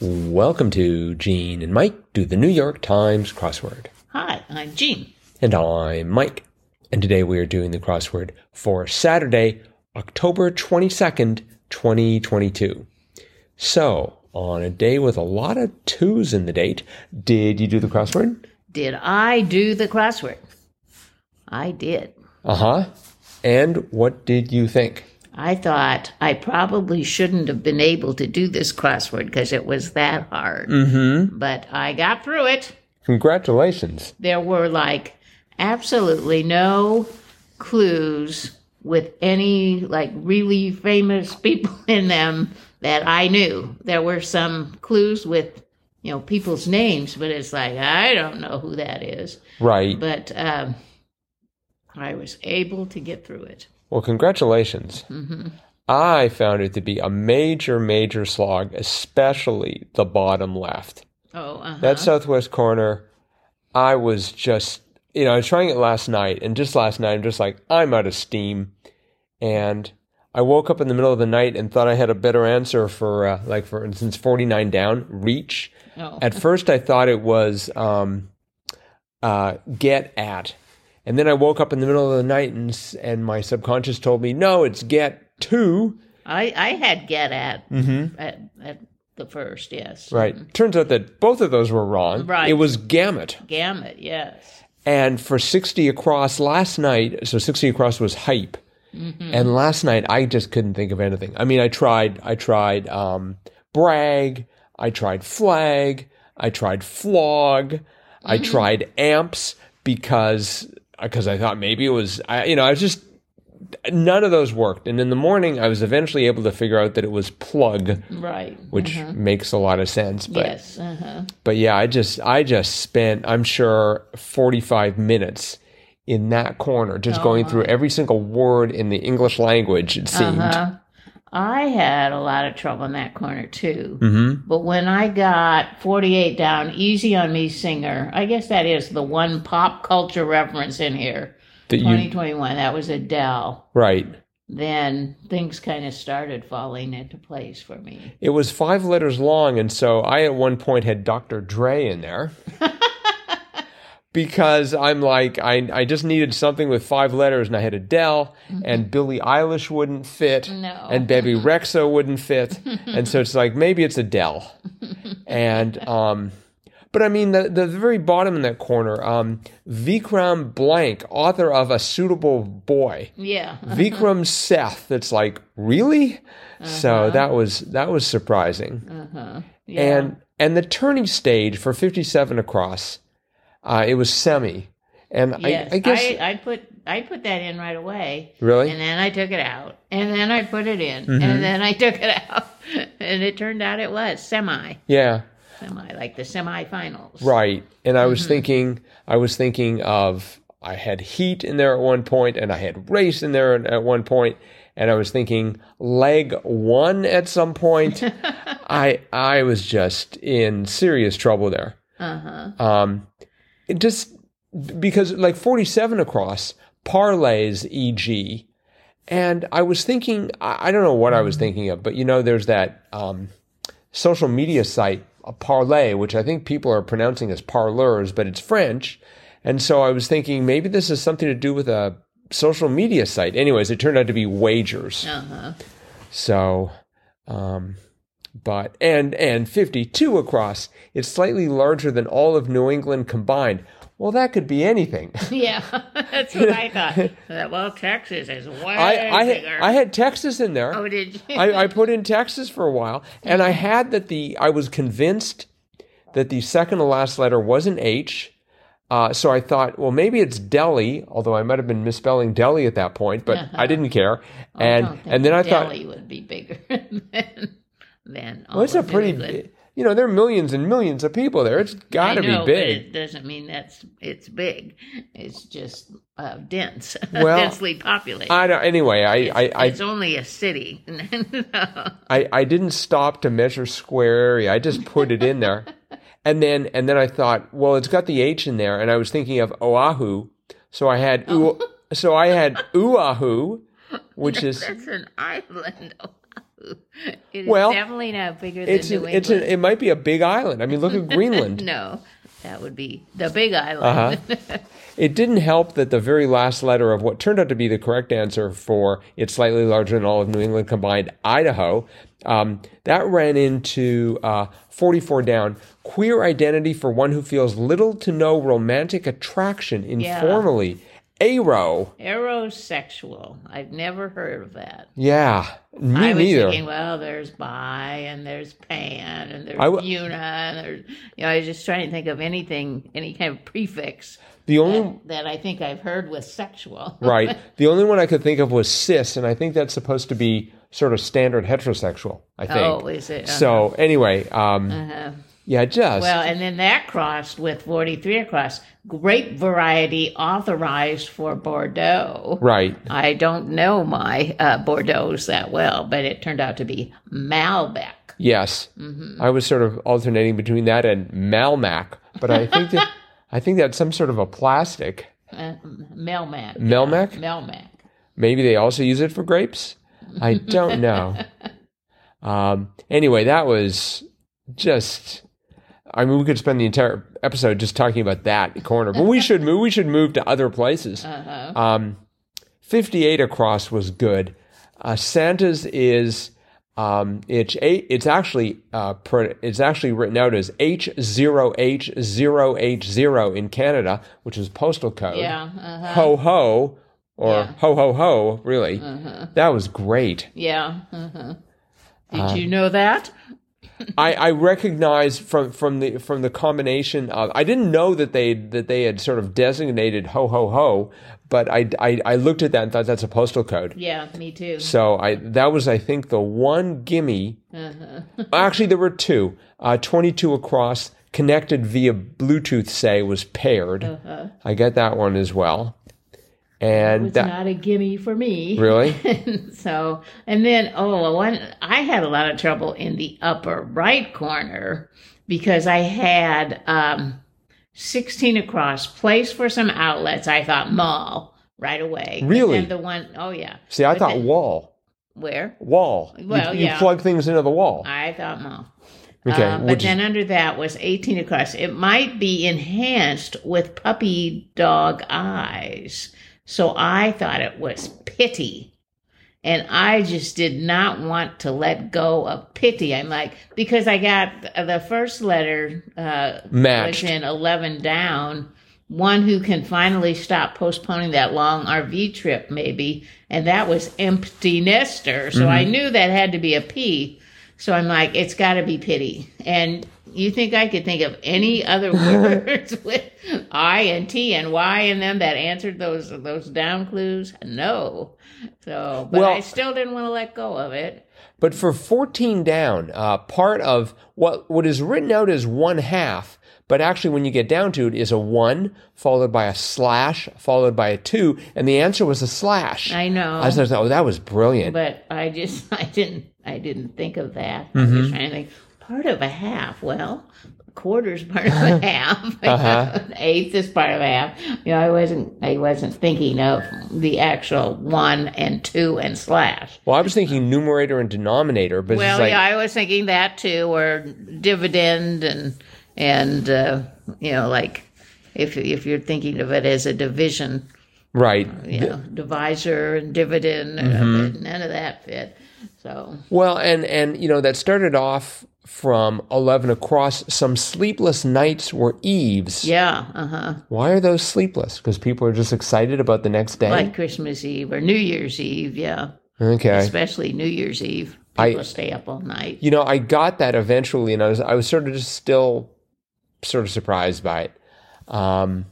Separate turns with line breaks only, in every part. Welcome to Gene and Mike do the New York Times crossword.
Hi, I'm Jean.
And I'm Mike. And today we are doing the crossword for Saturday, October 22nd, 2022. So, on a day with a lot of twos in the date, did you do the crossword?
Did I do the crossword? I did.
Uh huh. And what did you think?
I thought I probably shouldn't have been able to do this crossword because it was that hard. Mm-hmm. But I got through it.
Congratulations.
There were like absolutely no clues with any like really famous people in them that I knew. There were some clues with you know people's names, but it's like I don't know who that is.
Right.
But um, I was able to get through it.
Well, congratulations. I found it to be a major, major slog, especially the bottom left.
Oh, uh-huh.
That southwest corner, I was just, you know, I was trying it last night, and just last night, I'm just like, I'm out of steam. And I woke up in the middle of the night and thought I had a better answer for, uh, like, for instance, 49 down, reach.
Oh.
At first, I thought it was um, uh, get at. And then I woke up in the middle of the night and, s- and my subconscious told me, no, it's get to.
I I had get at at, at the first, yes.
Mm-hmm. Right. Turns out that both of those were wrong.
Right.
It was gamut.
Gamut, yes.
And for 60 across last night, so 60 across was hype. And last night I just couldn't think of anything. I mean, I tried I tried um brag, I tried flag, I tried flog, I tried amps because because I thought maybe it was I you know, I was just none of those worked. And in the morning I was eventually able to figure out that it was plug,
Right.
which makes a lot of sense, but
yes. Uh-huh.
but yeah, I just I just spent I'm sure 45 minutes in that corner just going through every single word in the English language it seemed.
I had a lot of trouble in that corner too.
Mm-hmm.
But when I got 48 down, Easy on Me Singer, I guess that is the one pop culture reference in here.
That you
2021, that was Adele.
right.
Then things kind of started falling into place for me.
It was 5 letters long and so I at one point had Dr. Dre in there. Because I'm like I, I just needed something with five letters and I had Adele and Billie Eilish wouldn't fit
No.
and Baby Rexo wouldn't fit and so it's like maybe it's Adele and um, But I mean, the, the very bottom in that corner, um, Vikram Blank, author of A Suitable Boy.
Yeah.
Vikram Seth, that's like, really?
Uh-huh.
So that was that was surprising.
yeah.
And and the turning stage for 57 across, uh, it was semi. And
yes.
I, I guess,
I, put I put that in right away.
Really? Mm-hmm.
And then I took it out. And then I put it in. And then I took it out. and it turned out it was semi.
yeah,
semi, like the semifinals.
right. And I was thinking, I was thinking of, I had heat in there at one point and I had race in there at- at one point, And I was thinking leg one at some point. I I was just in serious trouble there. Um, it just because like forty seven across parlays, e.g. And I was thinking, I, I don't know what I was thinking of, but you know, there's that um, social media site uh, Parlay, which I think people are pronouncing as parleurs, but it's French. And so I was thinking maybe this is something to do with a social media site. Anyways, it turned out to be wagers.
Uh-huh.
So, um, but and and 52 across. It's slightly larger than all of New England combined. Well, that could be anything.
Yeah, that's what I thought. That, well, Texas is way
I I,
bigger.
I had Texas in there.
oh, did you?
I, I put in Texas for a while, and I had that the I was convinced that the second to last letter was an H. Uh, so I thought, well, maybe it's Delhi, although I might have been misspelling Delhi at that point, but I didn't care. And
Uh-huh. Oh, don't think
and then I thought,
Delhi would be bigger than than.
Well, it's a pretty, bi- you know, there are millions and millions of people there. It's got to be big.
it doesn't mean that's it's big. It's just uh, dense,
Well,
densely populated.
I don't, anyway, I, I, I,
it's only a city. No.
I, I didn't stop to measure square area. I just put it in there. And then, and then I thought, well, it's got the H in there. And I was thinking of Oahu. So I had,
Oh.
oo so I had Oahu, which is,
That's an island. It is
Well,
definitely not bigger than
It's
New
an, it's an,
England.
it might be a big island. I mean, look at Greenland.
no, that would be the Big Island.
Uh-huh. It didn't help that the very last letter of what turned out to be the correct answer for it's slightly larger than all of New England combined, Idaho, um, that ran into uh, 44 down. Queer identity for one who feels little to no romantic attraction informally. Aro.
Aerosexual. I've never heard of that.
Yeah, me
I was
neither.
thinking, well, there's bi and there's pan and there's
I w-
una and there's you know, I was just trying to think of anything, any kind of prefix
the only
that I think I've heard with sexual.
right, the only one I could think of was cis, and I think that's supposed to be sort of standard heterosexual. I think.
Oh, is it? Uh,
so anyway, um, yeah, just
Well, and then that crossed with 43 across. Grape variety authorized for Bordeaux.
right.
I don't know my uh, Bordeaux's that well, but it turned out to be Malbec.
Yes, I was sort of alternating between that and Malmac, but I think that, I think that's some sort of a plastic
Uh, Melmac.
Melmac.
Melmac.
Maybe they also use it for grapes. I don't know. um, anyway, that was just. I mean, we could spend the entire episode just talking about that corner, but we should move. We should move to other places. Um, Fifty-eight across was good. Uh, Santa's is um, it's eight, it's actually uh, pro, it's actually written out as H zero H zero H zero in Canada, which is postal code
Yeah. Uh-huh.
ho ho or
Yeah. Uh-huh.
ho ho ho really that was great
Yeah. Uh-huh. Did
Um,
you know that?
i i recognized from from the from the combination of i didn't know that they that they had sort of designated ho ho ho but i i, I looked at that and thought that's a postal code
Yeah, me too.
so i that was i think the one gimme
Uh-huh.
actually there were two uh 22 across connected via bluetooth say was paired
Uh-huh.
i got that one as well and
It's
that
not a gimme for me.
really
so, and then, oh, one, I had a lot of trouble in the upper right corner because I had um, 16 across, place for some outlets. I thought mall right away. But
Really?
then the one, oh, yeah.
see i
But
thought
then-
wall
where?
wall.
Well,
you, you
yeah.
plug things into the wall.
I thought mall.
Okay,
Um, but
which is-
then under that was 18 across. It might be enhanced with puppy dog eyes. So I thought it was pity. And I just did not want to let go of pity. I'm like, because I got the first letter uh, was
matched.
in 11 down. One who can finally stop postponing that long RV trip, maybe. And that was empty nester. So I knew that had to be a P. So I'm like, it's got to be pity. And you think I could think of any other words with I and T and Y in them that answered those those down clues? No. So, but I
Well-
still didn't want to let go of it.
But for 14 down, uh, part of what what is written out as one half, but actually when you get down to it is a one followed by a slash followed by a two, and the answer was a slash.
I know.
I was like, oh, that was brilliant.
but I just I didn't I didn't think of that. I was trying to think part of a half. Well, a quarter's part of a half. An Eighth is part of a half. You know, I wasn't I wasn't thinking of the actual one and two and slash.
well, I was thinking numerator and denominator, but
Well,
it's like,
yeah, I was thinking that too, or dividend and and uh, you know like. If, if you're thinking of it as a division,
right.
you know, divisor and dividend, uh, none of that fit. So
Well, and and you know that started off from 11 across. Some sleepless nights were eves.
Yeah, uh huh.
Why are those sleepless? Because people are just excited about the next day.
Like Christmas Eve or New Year's Eve, yeah.
okay.
Especially New Year's Eve.
I-
People stay up all night.
You know, I got that eventually, and I was I was sort of just still sort of surprised by it. Um,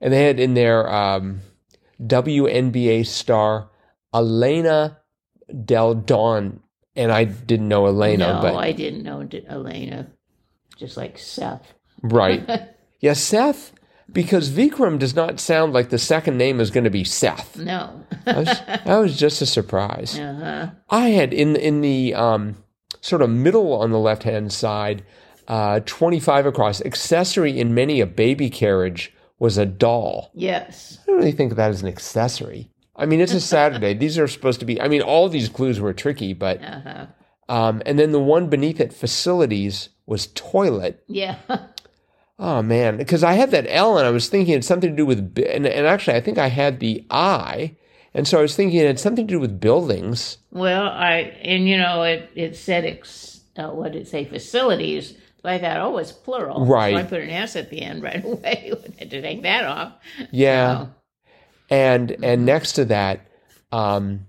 and they had in their um, WNBA star Elena Del Don, and I didn't know Elena,
no,
but
I didn't know D- Elena. Just like Seth.
right, yeah, Seth, because Vikram does not sound like the second name is going to be Seth.
No.
I was, that was just a surprise.
uh-huh.
I had in in the um, sort of middle on the left hand side, uh, twenty five across. Accessory in many a baby carriage was a doll.
Yes.
I don't really think of that as an accessory. I mean, it's a Saturday. these are supposed to be. I mean, all these clues were tricky, but
Uh-huh.
um, and then the one beneath it, facilities, was toilet.
Yeah.
Oh man, because I had that L, and I was thinking it's something to do with, bu- and, and actually, I think I had the I, and so I was thinking it had something to do with buildings.
Well, I and you know it it said ex, uh, what did it say facilities. So I thought, oh, it's plural.
Right.
So I put an S at the end right away. had to take that off.
Yeah,
Oh, Mm-hmm.
and and next to that, um,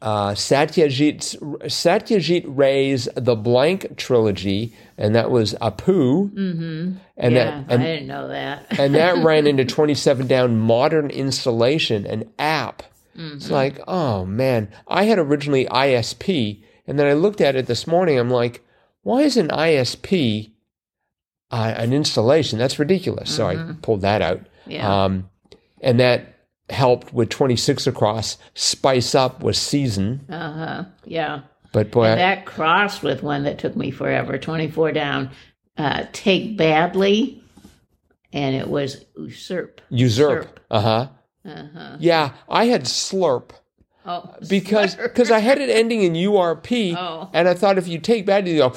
uh, Satyajit Satyajit Ray's The Blank Trilogy, and that was Apu, mm-hmm. and
yeah,
that and
I didn't know that.
and that ran into 27 down modern installation an app it's
Mm-hmm.
like oh man i had originally isp and then i looked at it this morning i'm like why is an isp uh, an installation that's ridiculous so i pulled that out
Mm-hmm. Yeah.
um, and that helped with 26 across spice up was season
Uh huh. Yeah.
but boy I-
That crossed with one that took me forever. Twenty four down. Uh, take badly, and it was usurp.
usurp
slurp.
uh-huh
Uh huh.
yeah i had slurp
Oh,
because
slurp.
because I had it ending in URP,
Oh.
and I thought if you take bad, you go,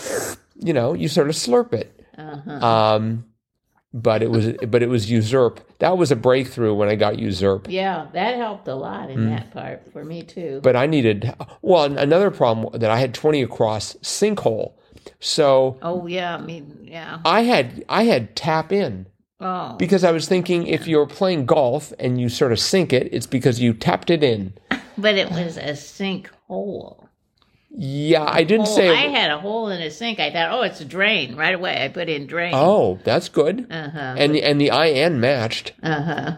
you know, you sort of slurp it.
Uh-huh.
Um, but it was but it was usurp. That was a breakthrough when I got usurp.
Yeah, that helped a lot in that part for me too.
Mm. But I needed well an- another problem that I had twenty across sinkhole, so
oh yeah, I mean yeah.
I had I had tap in.
Oh.
Because I was thinking, if you're playing golf and you sort of sink it, it's because you tapped it in.
But it was a sinkhole.
Yeah, I didn't
Oh,
say.
I had a hole in a sink. I thought, oh, it's a drain right away. I put in drain.
oh, that's good.
Uh huh.
And and the IN matched.
Uh huh.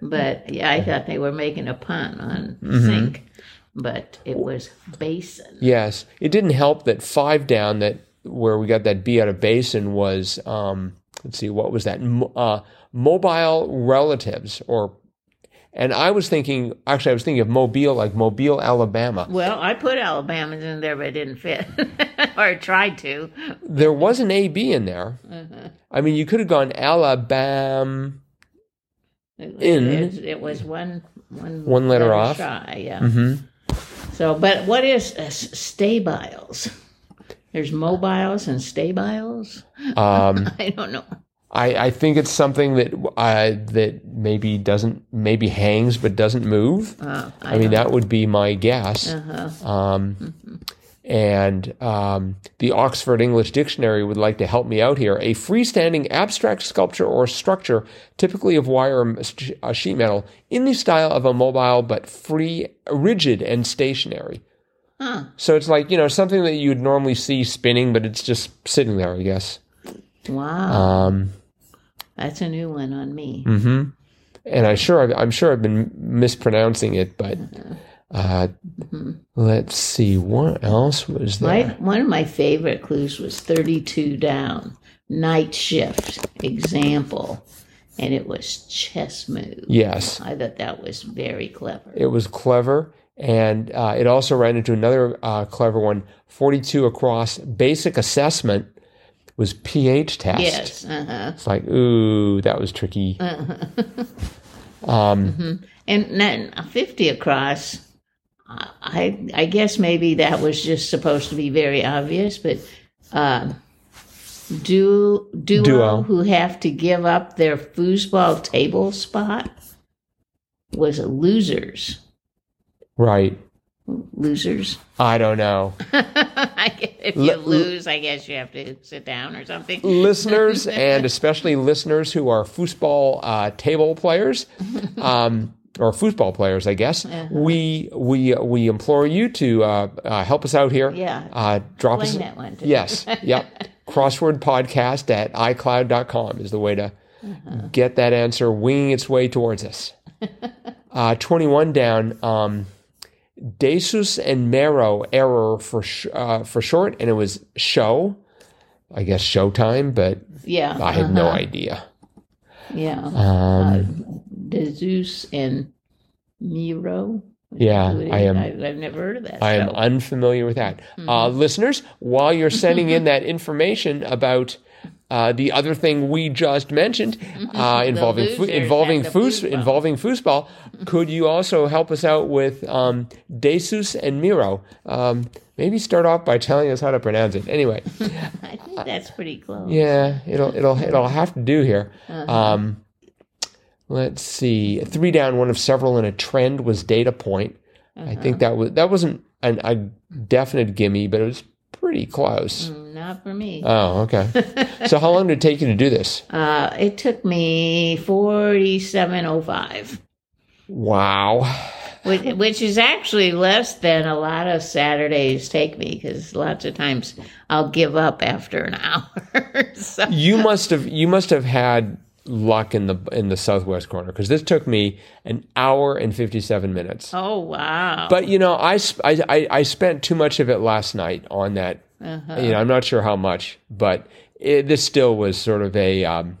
But yeah, I thought they were making a pun on
Mm-hmm.
sink, but it was basin.
Yes, it didn't help that five down that where we got that B out of basin was um, let's see what was that Mo- uh, mobile relatives or and I was thinking actually I was thinking of Mobile like Mobile Alabama.
Well, I put Alabama's in there, but it didn't fit, or tried to.
There was an AB in there. I mean, you could have gone Alabama.
It,
In.
it, it was one one
One letter off. Mm-hmm.
Shy, yeah. So, but what is uh, s- stabiles? There's mobiles and stabiles.
Um,
I don't know.
I, I think it's something that uh, that maybe doesn't maybe hangs but doesn't move.
Uh,
I, mean, that would be my guess.
uh-huh. Mm-hmm.
Um, And um, the Oxford English Dictionary would like to help me out here. A freestanding abstract sculpture or structure, typically of wire or m- sh- uh, sheet metal, in the style of a mobile but free, rigid, and stationary.
Huh.
So it's like, you know, something that you'd normally see spinning, but it's just sitting there, I guess.
Wow,
Um, Mm-hmm.
that's a new one on me.
and I sure, I've, I'm sure I've been mispronouncing it, but uh, let's see, what else was there?
My one of my favorite clues was 32 down, night shift example, and it was chess move.
Yes.
I thought that was very clever.
It was clever, and uh, it also ran into another uh, clever one. Forty-two across basic assessment was pH test.
Yes, uh-huh.
It's like, ooh, that was tricky.
and then 50 across. I I guess maybe that was just supposed to be very obvious, but um, duo, duo
Duo.
who have to give up their foosball table spot was losers.
Right.
Losers.
I don't know,
I guess if you
Let-
lose, I guess you have to sit down or
Mm-hmm.
something.
listeners, and especially listeners who are foosball uh, table players. Um, or foosball players, I guess.
Uh-huh.
We we we implore you to uh, uh, help us out here.
Yeah.
Uh, drop us
Explain that one. to me.
Yes. Yep. Crossword podcast at iCloud.com is the way to get that answer winging its way towards us. Uh, 21 down. Um, Desus and Mero error for sh- uh, for short, and it was show. I guess showtime, but
Yeah.
I had no idea.
yeah.
Um,
De Zeus and Nero.
yeah,
Who it
I
is?
am.
I, I've never heard of that.
I am
show. Mm-hmm.
unfamiliar with that. Uh, listeners, while you're sending in that information about Uh, the other thing we just mentioned uh, involving
Mm-hmm. losers
fo-
at
involving
the
foos,
foosball. Mm-hmm.
involving foosball, could you also help us out with um, Desus and Miro? Um, maybe start off by telling us how to pronounce it. Anyway,
I think that's pretty close.
yeah, it'll it'll it'll have to do here. Um, let's see, three down, one of several in a trend was data point. I think that was that wasn't an, a definite gimme, but it was pretty close.
Mm, Not for me.
Oh, okay. so how long did it take you to do this?
Uh, it took me 4705,
Wow.
which, which is actually less than a lot of Saturdays take me because lots of times I'll give up after an hour. so,
You must have you must have had luck in the in the southwest corner because this took me an hour and 57 minutes.
oh, wow.
But you know, I, sp- I I I spent too much of it last night on that. You know, I'm not sure how much, but it, this still was sort of a um,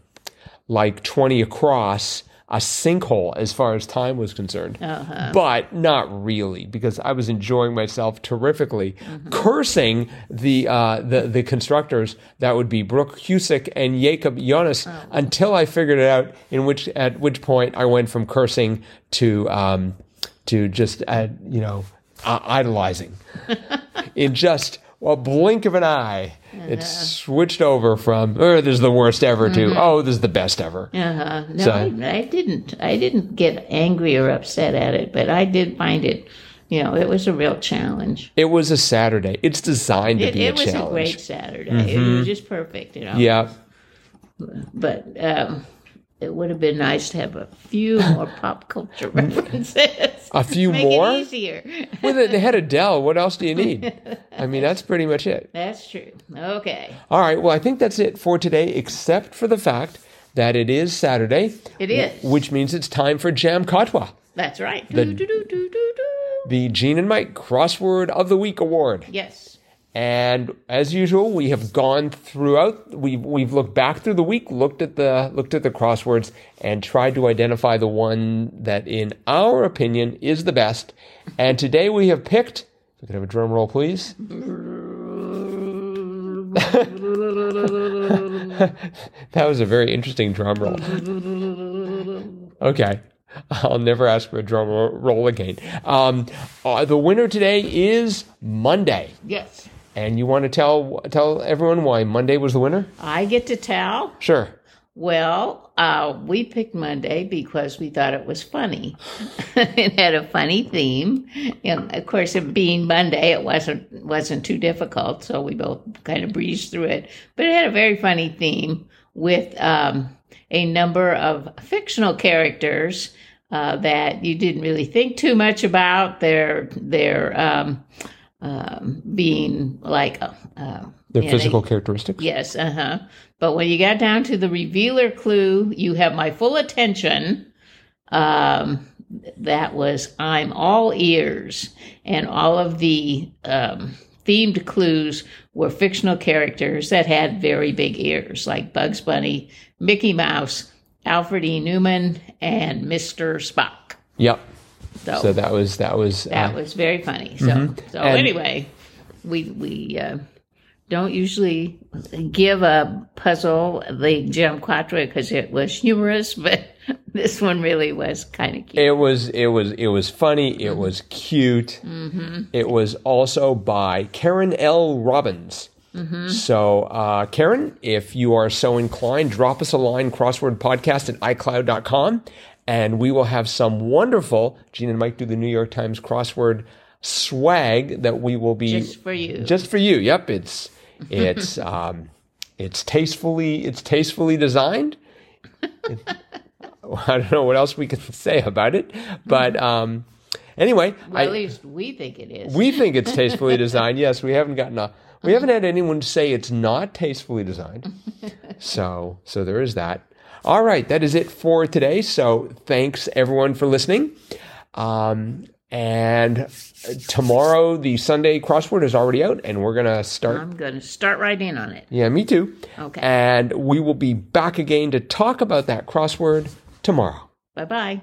like 20 across a sinkhole as far as time was concerned. But not really because I was enjoying myself terrifically, cursing the uh, the the constructors that would be Brooke Husick and Jacob Jonas until I figured it out. In which at which point I went from cursing to um, to just uh, you know uh, idolizing in just a blink of an eye. It switched over from oh this is the worst ever to oh this is the best ever.
Uh-huh. No,
So-
I, I didn't. I didn't get angry or upset at it, but I did find it. You know, it was a real challenge.
It was a Saturday. It's designed to
It,
be
it
a
was
challenge. Mm-hmm.
a great Saturday. It was just perfect. You know.
yeah.
But um, it would have been nice to have a few more pop culture references.
A few
Make
more?
it easier.
Well, they, they had Adele. What else do you need? I mean, that's pretty much it.
That's true. Okay.
All right. Well, I think that's it for today, except for the fact that it is Saturday.
It is.
Which means it's time for Jam Katwa,
That's right. Do, do, do, do, do, do.
the Gene and Mike Crossword of the Week Award.
Yes.
And as usual, we have gone throughout. We've we've looked back through the week, looked at the looked at the crosswords, and tried to identify the one that, in our opinion, is the best. And today we have picked. If we could have a drum roll, please. that was a very interesting drum roll. Okay. I'll never ask for a drum ro- roll again. Um, uh, the winner today is Monday.
Yes.
And you want to tell tell everyone why Monday was the winner?
I get to tell.
Sure.
Well, uh, we picked Monday because we thought it was funny. it had a funny theme, and of course, it being Monday, it wasn't wasn't too difficult. So we both kind of breezed through it, but it had a very funny theme with um, a number of fictional characters uh, that you didn't really think too much about. Their their um, um, being like. Uh, uh,
Their
in a-
physical characteristics.
Yes, uh huh. But when you got down to the revealer clue, you have my full attention. Um, that was I'm all ears, and all of the um, themed clues were fictional characters that had very big ears, like Bugs Bunny, Mickey Mouse, Alfred E. Newman, and Mr. Spock.
Yep.
So,
So that was that was.
that
uh,
was very funny. So, so
Mm-hmm. And-
anyway, we we uh, don't usually give a puzzle the Jim Quattro because it was humorous, but this one really was kind of cute.
it was it was it was funny.
Mm-hmm.
It was cute. It was also by Karen L. Robbins.
Mm-hmm.
So, uh, Karen, if you are so inclined, drop us a line, crosswordpodcast at iCloud.com, and we will have some wonderful Gene and Mike do the New York Times crossword swag that we will be
Just for you.
just for you. Yep, it's it's um, it's tastefully it's tastefully designed. I don't know what else we can say about it, but um, anyway,
Well,
I,
at least we think it is.
we think it's tastefully designed. Yes, we haven't gotten a we haven't had anyone say it's not tastefully designed. So so there is that. All right, that is it for today. So thanks everyone for listening. Um, and tomorrow the Sunday crossword is already out, and we're gonna start
I'm going to start right in on it.
yeah, me too.
Uh-huh. Okay.
And we will be back again to talk about that crossword tomorrow.
Bye bye.